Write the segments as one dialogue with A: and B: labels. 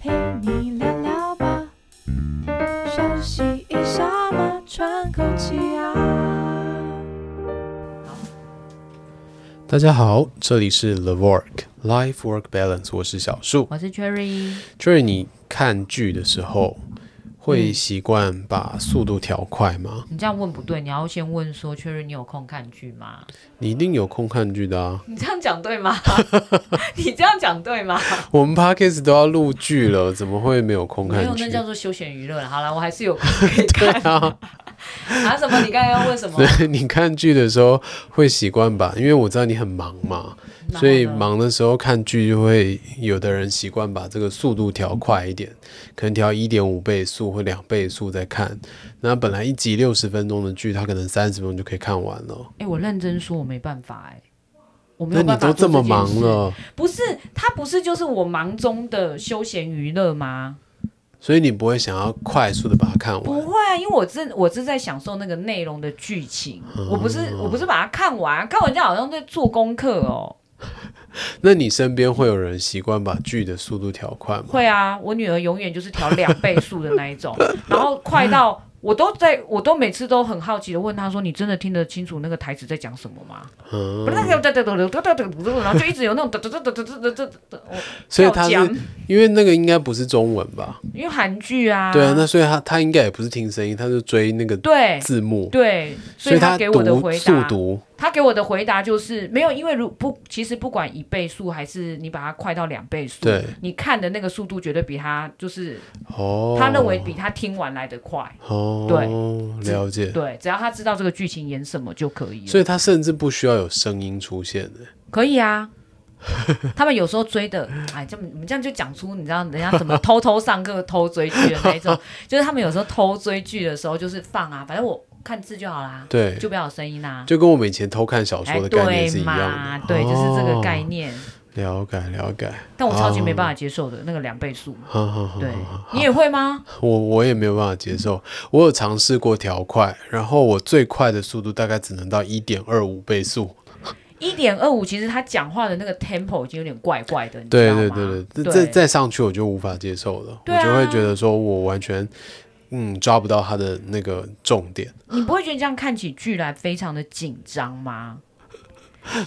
A: 陪你聊聊吧，休息一下嘛，喘口气啊。
B: 大家好，这里是 The Work Life Work Balance，我是小树。
C: 我是 Cherry，
B: 就是你看剧的时候，会习惯把速度调快吗？
C: 你这样问不对，你要先问说 Cherry 你有空看剧吗？
B: 你一定有空看剧的啊！
C: 你这样讲对吗？ 你这样讲对吗？
B: 我们 Podcast 都要录剧了，怎么会没有空
C: 没
B: 看
C: 有，那
B: 剧？
C: 叫做休闲娱乐了。好了，我还是有空可以
B: 对
C: 看
B: 啊，
C: 啊。什么？你刚才要问什么？
B: 对， 你看剧的时候会习惯吧？因为我知道你很忙嘛，
C: 然后呢
B: 所以忙的时候看剧就会有的人习惯把这个速度调快一点，可能调一点五倍速或两倍速再看。那本来一集六十分钟的剧，他可能三十分钟就可以看完了。
C: 哎、我认真说，我没办法哎、我没
B: 那
C: 有
B: 你
C: 办法
B: 都这么
C: 做
B: 忙
C: 件事，
B: 了，
C: 不是他不是就是我忙中的休闲娱乐吗？
B: 所以你不会想要快速的把它看
C: 不
B: 完？
C: 会啊，因为我是我是在享受那个内容的剧情，
B: 啊
C: 我不是我不是把它看完，啊看完就好像在做功课哦。
B: 那你身边会有人习惯把剧的速度调快吗？
C: 会啊，我女儿永远就是调两倍速的那一种，然后快到我都在，我都每次都很好奇的问她说：“你真的听得清楚那个台词在讲什么吗？”不是，然后就一直有那种哒哒哒哒哒哒哒哒，
B: 所以他是因为那个应该不是中文吧？
C: 因为韩剧啊，
B: 对啊，那所以他他应该也不是听声音，他是追那个
C: 对
B: 字幕，
C: 对，哎所
B: 所
C: 以
B: 以他
C: 她给我的
B: 读
C: 回
B: 速
C: 答，
B: 读，
C: 她给我的回答就是没有，因为如不，其实不管一倍速还是你把它快到两倍速
B: 对，
C: 你看的那个速度绝对比她就是
B: 哦，
C: 她认为比她听完来的快。
B: 哦，
C: 对
B: 了解，
C: 对，只要他知道这个剧情演什么就可以了。
B: 所以他甚至不需要有声音出现的，
C: 可以啊。 他们有时候追的，哎，这么我们这样就讲出，你知道人家怎么偷偷上课、偷追剧的那 一种，就是他们有时候偷追剧的时候，就是放啊，反正我看字就好啦，
B: 对，
C: 就不要有声音啦、
B: 就跟我们以前偷看小
C: 哎
B: 说的概念
C: 对
B: 是一
C: 嘛
B: 样，的，
C: 对，就是这个概
B: 哦，
C: 念。
B: 了解了解，
C: 但我超级没办
B: 法，
C: 法接受的那个两倍速，
B: 好好好，
C: 对
B: 好哦好
C: 你也会吗？
B: 我我也没有办法接受，我有尝试过调快，然后我最快的速度大概只能到一点二五倍速。
C: 一点二五，其实他讲话的那个 tempo 已经有点怪怪的，你知
B: 对
C: 道
B: 对
C: 吗？
B: 对对，
C: 对
B: 这再再上去我就无法接受了，
C: 对啊
B: 我就会觉得说我完全嗯抓不到他的那个重点，
C: 你不会觉得这样看起剧来非常的紧张吗？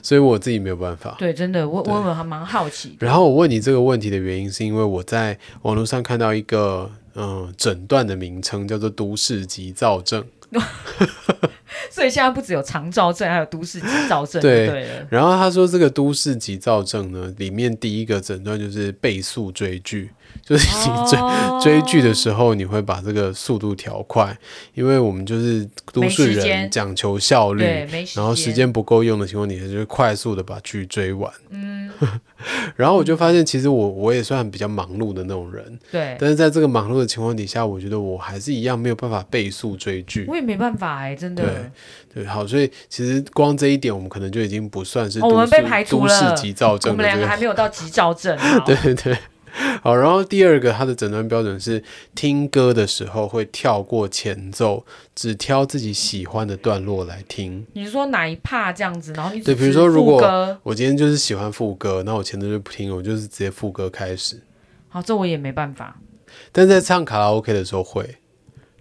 B: 所以我自己没有办法。
C: 对，真的，我
B: 对
C: 我还蛮好奇的。
B: 然后我问你这个问题的原因，是因为我在网络上看到一个嗯、诊断的名称叫做都市急躁症，
C: 所以现在不只有肠燥症，还有都市急躁症，
B: 对
C: 对 了。
B: 然后他说，这个都市急躁症呢，里面第一个诊断就是倍速追剧，就是你追、
C: 哦
B: 追剧的时候，你会把这个速度调快，因为我们就是都市
C: 没时
B: 人
C: 间
B: 讲求效率，
C: 对，没时间，
B: 然后时间不够用的情况底下，就是快速的把剧追完。嗯， 然后我就发现，其实我我也算比较忙碌的那种人，
C: 对，
B: 但是在这个忙碌的情况底下，我觉得我还是一样没有办法倍速追剧。
C: 我也没办法哎、真的
B: 对。对，好，所以其实光这一点，我们可能就已经不算是
C: 哦
B: 都市、
C: 我们被排除了
B: 都市急躁
C: 我
B: 症的
C: 们两
B: 这
C: 个还
B: 个。。
C: 没有到急躁症啊
B: 对对对，好，然后第二个，它的诊断标准是听歌的时候会跳过前奏，只挑自己喜欢的段落来听。
C: 你说哪一怕这样子，然后你
B: 对
C: 只
B: 比如说
C: 是
B: 如
C: 副
B: 果
C: 歌，
B: 我今天就是喜欢副歌，那我前奏就不听，我就是直接副歌开始。
C: 好，这我也没办法。
B: 但在唱卡拉 OK 的时候会，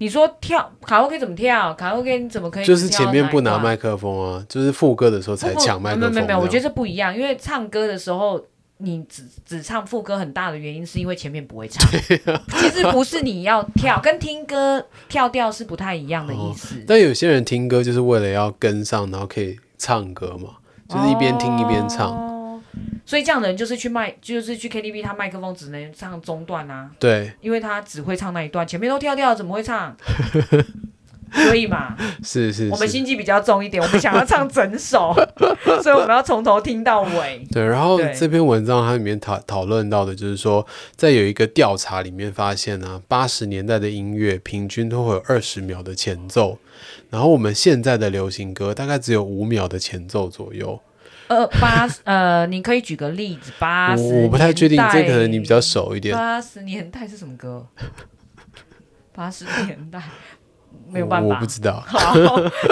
C: 你说跳卡拉 OK 怎么跳？卡拉 OK 你怎么可以
B: 就
C: 只
B: 是
C: 跳
B: 前面
C: 哪一
B: 不拿
C: 段
B: 麦克风啊，就是副歌的时候才
C: 不不
B: 抢麦克风
C: 没
B: 这
C: 有没
B: 样。
C: 有没有，我觉得这不一样，因为唱歌的时候。你只只唱副歌很大的原因是因为前面不 会唱，
B: 啊
C: 其实不是你要跳，跟听歌跳调是不太一样的意思。
B: 哦但有些人听歌就是为了要跟上，然后可以唱歌嘛，就是一边听一边唱。
C: 哦所以这样的人就是去麦，就是去 KTV，他麦克风只能唱中段啊，
B: 对，
C: 因为他只会唱那一段，前面都跳掉了，怎么会 唱？所以嘛，
B: 是是
C: 我们
B: 是。
C: 心机比较重一点，我们想要唱整 首，所以我们要从头听到尾。
B: 对，然后
C: 对
B: 这篇文章它里面讨讨论到的就是说，在有一个调查里面发现呢、啊，八十年代的音乐平均都会有二十秒的前奏，然后我们现在的流行歌大概只有五秒的前奏左右。
C: 呃，八十呃，你可以举个例子，八十
B: 我我不太确定，
C: 年代
B: 这可能你比较熟一点。
C: 八十年代是什么歌？八十年代，没有办法，
B: 我不知道。
C: 好，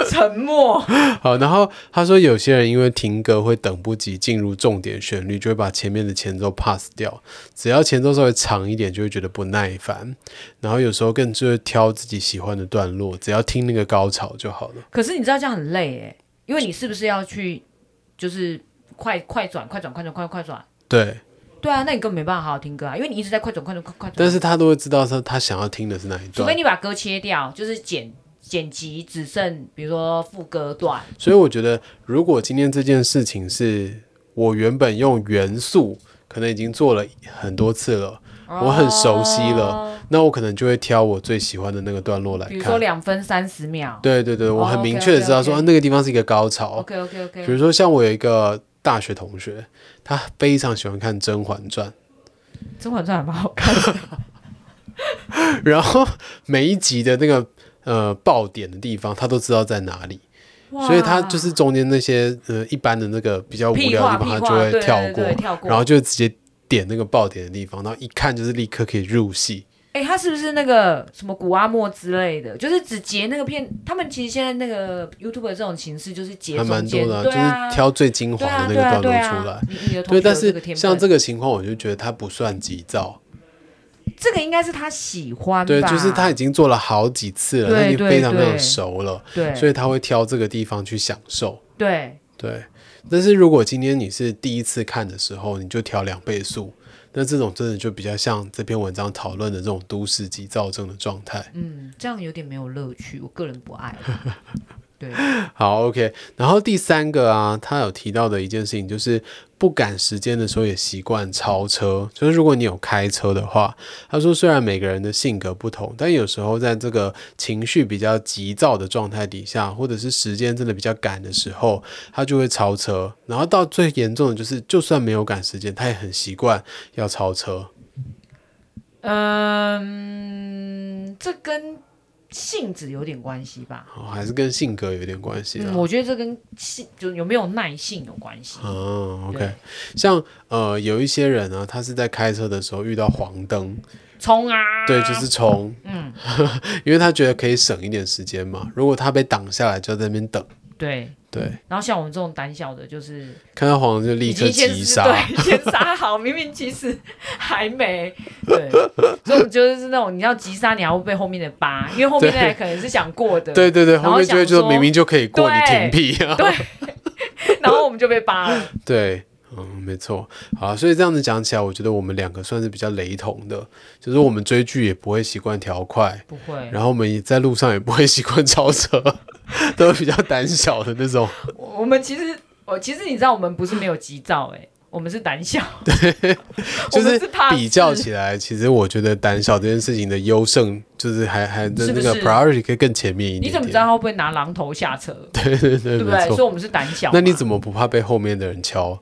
C: 沉默。
B: 好，然后他说有些人因为停歌会等不及进入重点旋律，就会把前面的前奏 pass 掉。只要前奏稍微长一点，就会觉得不耐烦。然后有时候更就是挑自己喜欢的段落，只要听那个高潮就好了。
C: 可是你知道这样很累哎，因为你是不是要去就是快快转快转快转快转快转？
B: 对，
C: 对啊，那你根本没办法好好听歌啊，因为你一直在快转快转快快转。
B: 但是他都会知道他他想要听的是哪一
C: 除非
B: 段。
C: 你把歌切掉，就是剪剪辑只剩比如说副歌段，
B: 所以我觉得，如果今天这件事情是我原本用元素，可能已经做了很多次了，我很熟悉了，那我可能就会挑我最喜欢的那个段落来
C: 哦比如
B: 看
C: 说。两分三十秒。
B: 对对对，我很
C: 哦
B: 明
C: ，OK，
B: 确的知道
C: OK，OK
B: 说、啊那个地方是一个高潮。
C: OK OK OK，
B: 比如说，像我有一个大学同学，他非常喜欢看《甄嬛传
C: 《甄嬛传》还蛮好看的，》，
B: 然后每一集的那个呃爆点的地方，他都知道在哪里，所以他就是中间那些呃一般的那个比较无
C: 屁
B: 聊
C: 话
B: 的地
C: 屁
B: 方，
C: 话，
B: 他就会
C: 对
B: 跳
C: 对
B: 过，
C: 对跳过。
B: 然后就直接点那个爆点的地方，然后一看就是立刻可以入戏。
C: 哎、他是不是那个什么古阿莫之类的？就是只截那个片，他们其实现在那个 YouTube 这种形式就是截
B: 还
C: 中
B: 蛮多
C: 间，
B: 的啊、
C: 对啊，
B: 就是挑最精华
C: 对啊
B: 的那
C: 对啊
B: 个段落
C: 对啊
B: 出来。
C: 你你的
B: 对，但
C: 同学有这个
B: 是
C: 天分
B: 像这个情况，我就觉得他不算急躁。
C: 这个应该是他喜欢吧？
B: 对，就是他已经做了好几次了，
C: 对
B: 他已经
C: 对
B: 非常非常
C: 对
B: 熟了，
C: 对
B: 所以他会挑这个地方去享受。
C: 对
B: 对，但是如果今天你是第一次看的时候，你就调两倍速，那这种真的就比较像这篇文章讨论的这种都市急躁症的状态。
C: 嗯，这样有点没有乐趣，我个人不爱。对，
B: 好，OK。然后第三个啊，他有提到的一件事情就是。不赶时间的时候也习惯超车，就是如果你有开车的话，他说虽然每个人的性格不同，但有时候在这个情绪比较急躁的状态底下，或者是时间真的比较赶的时候，他就会超车。然后到最严重的就是，就算没有赶时间，他也很习惯要超车。
C: 嗯，这跟性质有点关系吧？
B: 哦，还是跟性格有点关系啦。啊
C: 嗯，我觉得这跟性就有没有耐性有关系。
B: 嗯，OK，
C: 对
B: 像呃有一些人呢、他是在开车的时候遇到黄灯，
C: 冲啊！
B: 对，就是冲，
C: 嗯，
B: 因为他觉得可以省一点时间嘛。如果他被挡下来，就在那边等，
C: 对。
B: 对，
C: 然后像我们这种胆小的，就是
B: 看到黄灯就立
C: 已
B: 刻
C: 经先
B: 急
C: 是
B: 刹。
C: 对，先杀好， 明明其实还没，对，所以我们就是那种你要急刹，你还会被后面的扒，因为后面那台可能是想过的，
B: 对对对，
C: 然后
B: 后面就会
C: 想
B: 就
C: 说
B: 明明就可以过，你停
C: 对
B: 屁啊！
C: 对，然后我们就被扒了，
B: 对，嗯，没错。好，所以这样子讲起来，我觉得我们两个算是比较雷同的，就是我们追剧也不会习惯调快，
C: 不会，
B: 然后我们也在路上也不会习惯 超车，都是比较胆小的那种。
C: 我我们其实我其实你知道，我们不是没有急躁、哎，我们是胆 小，
B: 就
C: 我们
B: 是
C: 是怕
B: 比较
C: 死
B: 起来，其实我觉得胆小这件事情的优胜，就是还还的
C: 是
B: 那
C: 不
B: 个
C: 是
B: priority 可以更前面一点
C: 你
B: 点。
C: 怎么知道他会不会拿榔头下车，
B: 对对对，
C: 对不
B: 没
C: 对？所以
B: 错。
C: 我们是胆小嘛，
B: 那你怎么不怕被后面的人敲？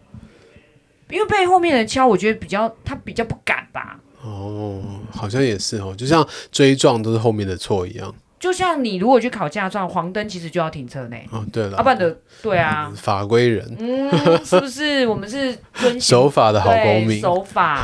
C: 因为被后面的敲，我觉得比较他比较不敢吧。
B: 哦，好像也是哦，就像追撞都是后面的错一样。
C: 就像你如果去考驾照，黄灯其实就要停车呢，啊
B: 哦，对了，
C: 要不然的对啊，
B: 法规人，
C: 嗯，是不是？我们是遵循
B: 守法的好公
C: 对
B: 民。
C: 手法，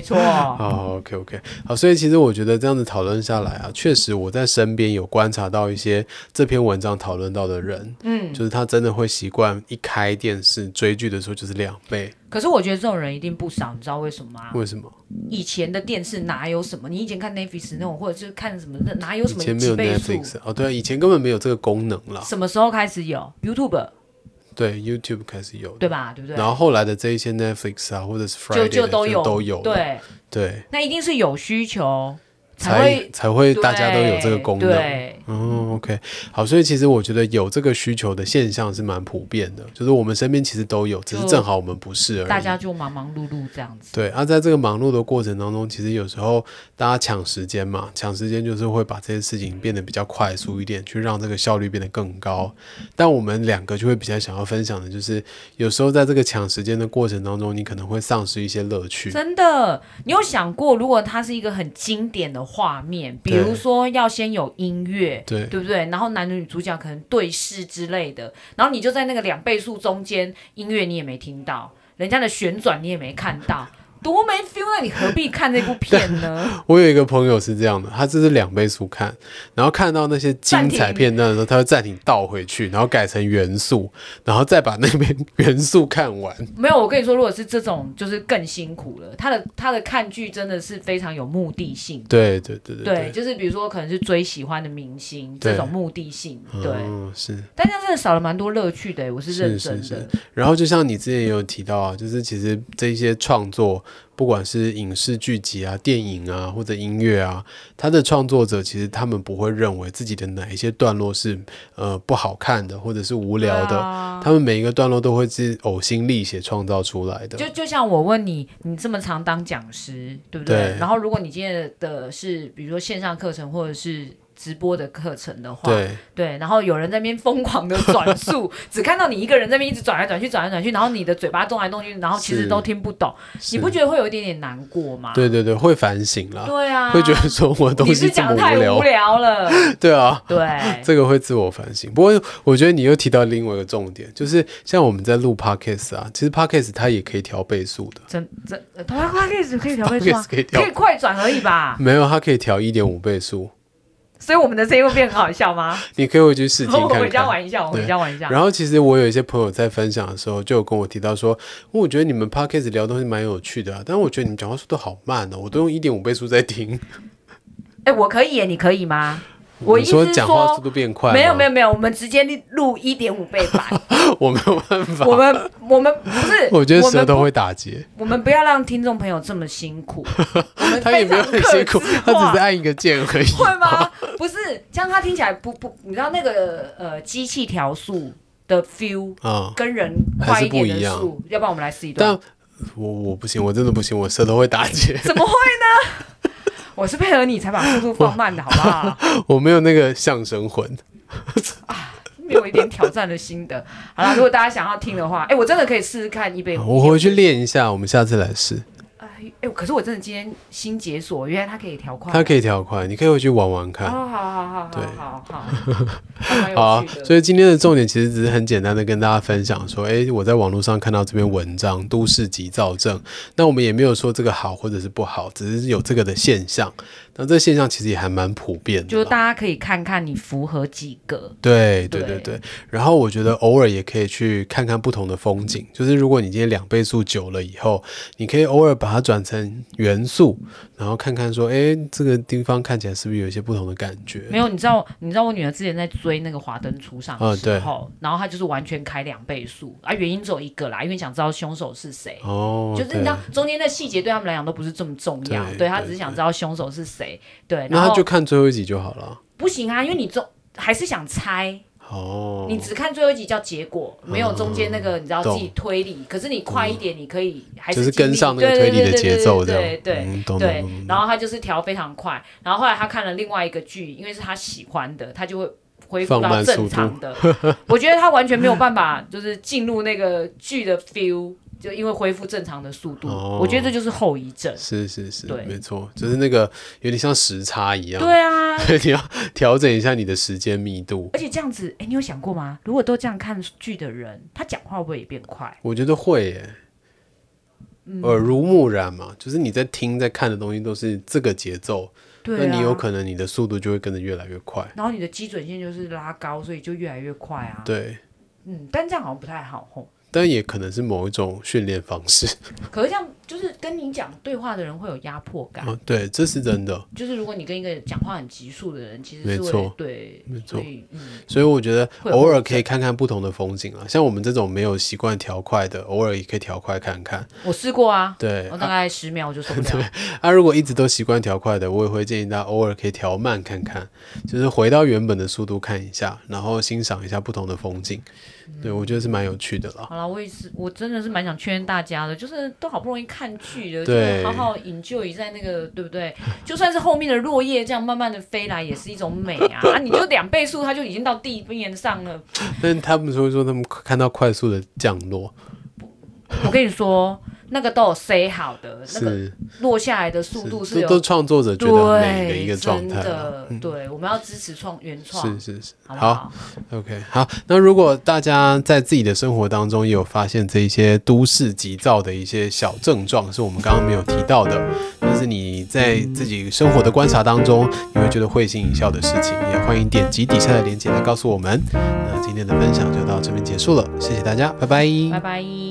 C: 错。
B: 好，OK OK，好，所以其实我觉得这样子讨论下来啊，确实我在身边有观察到一些这篇文章讨论到的人，
C: 嗯，
B: 就是他真的会习惯一开电视追剧的时候就是两倍，
C: 可是我觉得这种人一定不少，你知道为什么吗？
B: 为什么？
C: 以前的电视哪有什么？你以前看 Netflix 那种，或者是看什么，那哪有
B: 以
C: 什么
B: 前没
C: 几
B: 有
C: 倍数？
B: Netflix 啊哦，对，以前根本没有这个功能啦。
C: 什么时候开始有 YouTube
B: 对，YouTube 开始有，
C: 对吧？对不对
B: 然？后后来的这一些 Netflix 啊，或者是 Friday 的
C: 就就都有
B: 都有了，
C: 对，
B: 对，
C: 那一定是有需求才
B: 才
C: 会
B: 才会大家都有这个
C: 对
B: 功能。
C: 对，
B: 哦，OK，好，所以其实我觉得有这个需求的现象是蛮普遍的，就是我们身边其实都有，只是
C: 就
B: 正好我们不是而已。
C: 大家就忙忙碌碌这样子。
B: 对，而、啊在这个忙碌的过程当中，其实有时候大家抢时间嘛，抢时间就是会把这些事情变得比较快速一点，去让这个效率变得更高。但我们两个就会比较想要分享的就是，有时候在这个抢时间的过程当中，你可能会丧失一些乐趣。
C: 真的，你有想过，如果它是一个很经典的画面，比
B: 对
C: 如说要先有音乐，
B: 对
C: 对不对？然后男女主角可能对视之类的，然后 你就在那个两倍速中间，音乐你也没听到，人家的旋转你也没看到，多没 feel，那你啊何必看这部片呢？
B: 我有一个朋友是这样的，他这是两倍速看，然后看到那些精彩片段的时候，他会暂停倒回去，然后改成原速，然后再把那边 原速看完。
C: 没有，我跟你说，如果是这种，就是更辛苦了。他的他的看剧真的是非常有目的性，
B: 对对对对
C: 对，，就是比如说可能是追喜欢的明星
B: 对
C: 这种目的性，对。
B: 嗯是。
C: 但这样真的少了蛮多乐趣的，我是认真的。
B: 是是然后就像你之前也有提到啊，就是其实这些创作，不管是影视剧集啊、电影啊或者音乐啊，它的创作者其实他们不会认为自己的哪一些段落是呃不好看的或者是无聊的，
C: 对啊
B: 他们每一个段落都会是呕心沥血创造出来的。
C: 就就像我问你，你这么常当讲师，对不对？
B: 对
C: 然后如果你今天的是比如说线上课程或者是直播的课程的话，
B: 对
C: 对然后有人在那边疯狂的转 速，只看到你一个人在那边一直转来转去，转来转去，然后你的嘴巴动来动去，然后其实
B: 是
C: 都听不懂，
B: 是
C: 你不觉得会有一点点难过吗？
B: 对对对，会反省啦，
C: 对啊，
B: 会觉得说我的
C: 你
B: 东
C: 是
B: 西这
C: 讲
B: 么
C: 得太
B: 无聊
C: 无，聊了，
B: 对啊，
C: 对。
B: 这个会自我反省。不过，我觉得你又提到另外一个重点，就是像我们在录 podcast 啊，其实 podcast 它也可以调倍速的，
C: 真真，呃它它可以可以调倍速吗
B: Podcast 可以？调
C: 可以快转而已吧。
B: 没有，它可以调一点五倍速，
C: 所以我们的声音会变很好笑吗？
B: 你可以回去试听
C: 我
B: 看
C: 回家
B: 看。
C: 玩一下，我
B: 对
C: 回家玩一下。
B: 然后，其实我有一些朋友在分享的时候，就有跟我提到说，哦我觉得你们 podcast 聊东西蛮有趣的、啊，但我觉得你们讲话速度好慢哦，我都用一点五倍速在听。
C: 哎、我可以耶，你可以吗？ 我意
B: 你
C: 思
B: 说
C: 是
B: 讲话速度变快，
C: 没有没
B: 有，
C: 有没有，我们直接录一点五倍版。
B: 我没有办法，
C: 我们我们不是，
B: 我觉得
C: 我们
B: 舌头
C: 不
B: 会打结，
C: 我们不要让听众朋友这么辛苦，我们
B: 他也没有
C: 非
B: 很
C: 常
B: 辛苦
C: 克制，
B: 他只
C: 化
B: 是按一个键而已。
C: 会 吗？不是，这样他听起来不不，你知道那个呃机器调速的 feel
B: 啊、
C: 跟人快一点
B: 还是不一
C: 的
B: 样
C: 速，要不然我们来试一段
B: 但。啊我我不行，我真的不行，我舌头会打 结。
C: 怎么会呢？我是配合你才把速度放慢的，好不好？
B: 我没有那个相声魂，
C: 没有一点挑战的心得。好啦，如果大家想要听的话，哎、我真的可以试试看一杯。
B: 啊我回去练一下，我们下次来试。
C: 哎、哎可是我真的今天新解锁，原来它可以调快。
B: 它可以调快，你可以回去玩玩
C: 哦，
B: 看。
C: 好好好
B: 对
C: 好好好， 还蛮
B: 好、啊
C: 有趣，的。
B: 所以今天的重点其实只是很简单的跟大家分享说，诶，我在网络上看到这篇文章《都市急躁症》，那我们也没有说这个好或者是不好，只是有这个的现象。那这现象其实也还蛮普遍
C: 就是
B: 的
C: 大
B: 啦。
C: 家可以看看你符合几个。
B: 对对对
C: 对
B: 对，然后我觉得偶尔也可以去看看不同的风景，就是如果你今天两倍速久了以后，你可以偶尔把它转成元素，然后看看说，诶，这个地方看起来是不是有一些不同的感觉？
C: 没有，你知道，你知道我女儿之前在追那个《华灯初上》的
B: 嗯对
C: 时候，然后她就是完全开两倍速啊，原因只有一个啦，因为想知道凶手是谁。
B: 哦，
C: 就是你
B: 对
C: 知道中间的细节对他们来讲都不是这么重要，
B: 对
C: 对他只是想知道凶手是谁，对，然
B: 那
C: 后
B: 他就看最后一集就好了。
C: 不行啊，因为你中还是想猜，
B: 哦，嗯
C: 你只看最后一集叫结果，没有中间那个你知道
B: 懂嗯
C: 自己推理，可是你快一点，你可以还
B: 就是
C: 尽力
B: 跟上那个推理的节奏，这样
C: 对对对对对对对。
B: 嗯，懂懂
C: 对
B: 懂，懂。
C: 然后他就是调非常快，然后后来他看了另外一个剧，因为是他喜欢的，他就会恢复
B: 放慢
C: 到
B: 速度
C: 正常的。我觉得他完全没有办法，就是进入那个剧的 feel，就因为恢复正常的速度。
B: 哦
C: 我觉得这就是后遗症。
B: 是是是，
C: 对
B: 没错，就是那个有点像时差一样，
C: 对啊，
B: 对， 你要调整一下你的时间密度。
C: 而且这样子，哎、你有想过吗？如果都这样看剧的人，他讲话会不会也变快？
B: 我觉得会耶，
C: 嗯
B: 耳濡目染嘛，就是你在听在看的东西都是这个节奏，
C: 对、
B: 那
C: 啊，
B: 你有可能你的速度就会跟着越来越快。
C: 然后你的基准线就是拉高，所以就越来越快啊。，
B: 对，
C: 嗯，但这样好像不太好吼。
B: 但也可能是某一种训练方式。
C: 可是这样就是跟你讲对话的人会有压迫感，
B: 嗯，对，这是真的。
C: 就是如果你跟一个讲话很急速的人，其实
B: 没
C: 是会
B: 错
C: 对，
B: 没错
C: 所以嗯，
B: 所以我觉得
C: 会有
B: 偶尔
C: 后
B: 可以看看不同的风景啊，像我们这种没有习惯调快的，偶尔也可以调快看看。
C: 我试过啊，
B: 对
C: 我大
B: 啊，
C: 概十秒我就 受不了了。
B: 啊如果一直都习惯调快的，我也会建议大家偶尔可以调慢看看，就是回到原本的速度看一下，然后欣赏一下不同的风景。
C: 嗯
B: 对，我觉得是蛮有趣的啦。
C: 好了，我也是，我真的是蛮想劝大家的，就是都好不容易看剧了，就
B: 对
C: 是好好 enjoy 在那个，对不对？就算是后面的落叶这样慢慢的飞来，也是一种美啊！啊，你就两倍速，它就已经到地面上了。
B: 但他们说说他们看到快速的降落，
C: 我跟你说，那个都有塞好的，那个
B: 是
C: 落下来的速度是
B: 这
C: 有
B: 都创作者觉
C: 对
B: 得很美的一个状态
C: 真
B: 啊。
C: 的，对，我们要支持创原创
B: 是，是是，
C: 好不好？
B: OK，好，那如果大家在自己的生活当中也有发现这一些都市急躁的一些小症状，是我们刚刚没有提到的，但是你在自己生活的观察当中，你会觉得会心一笑的事情，也欢迎点击底下的链接来告诉我们。那今天的分享就到这边结束了，谢谢大家，拜拜
C: 拜拜。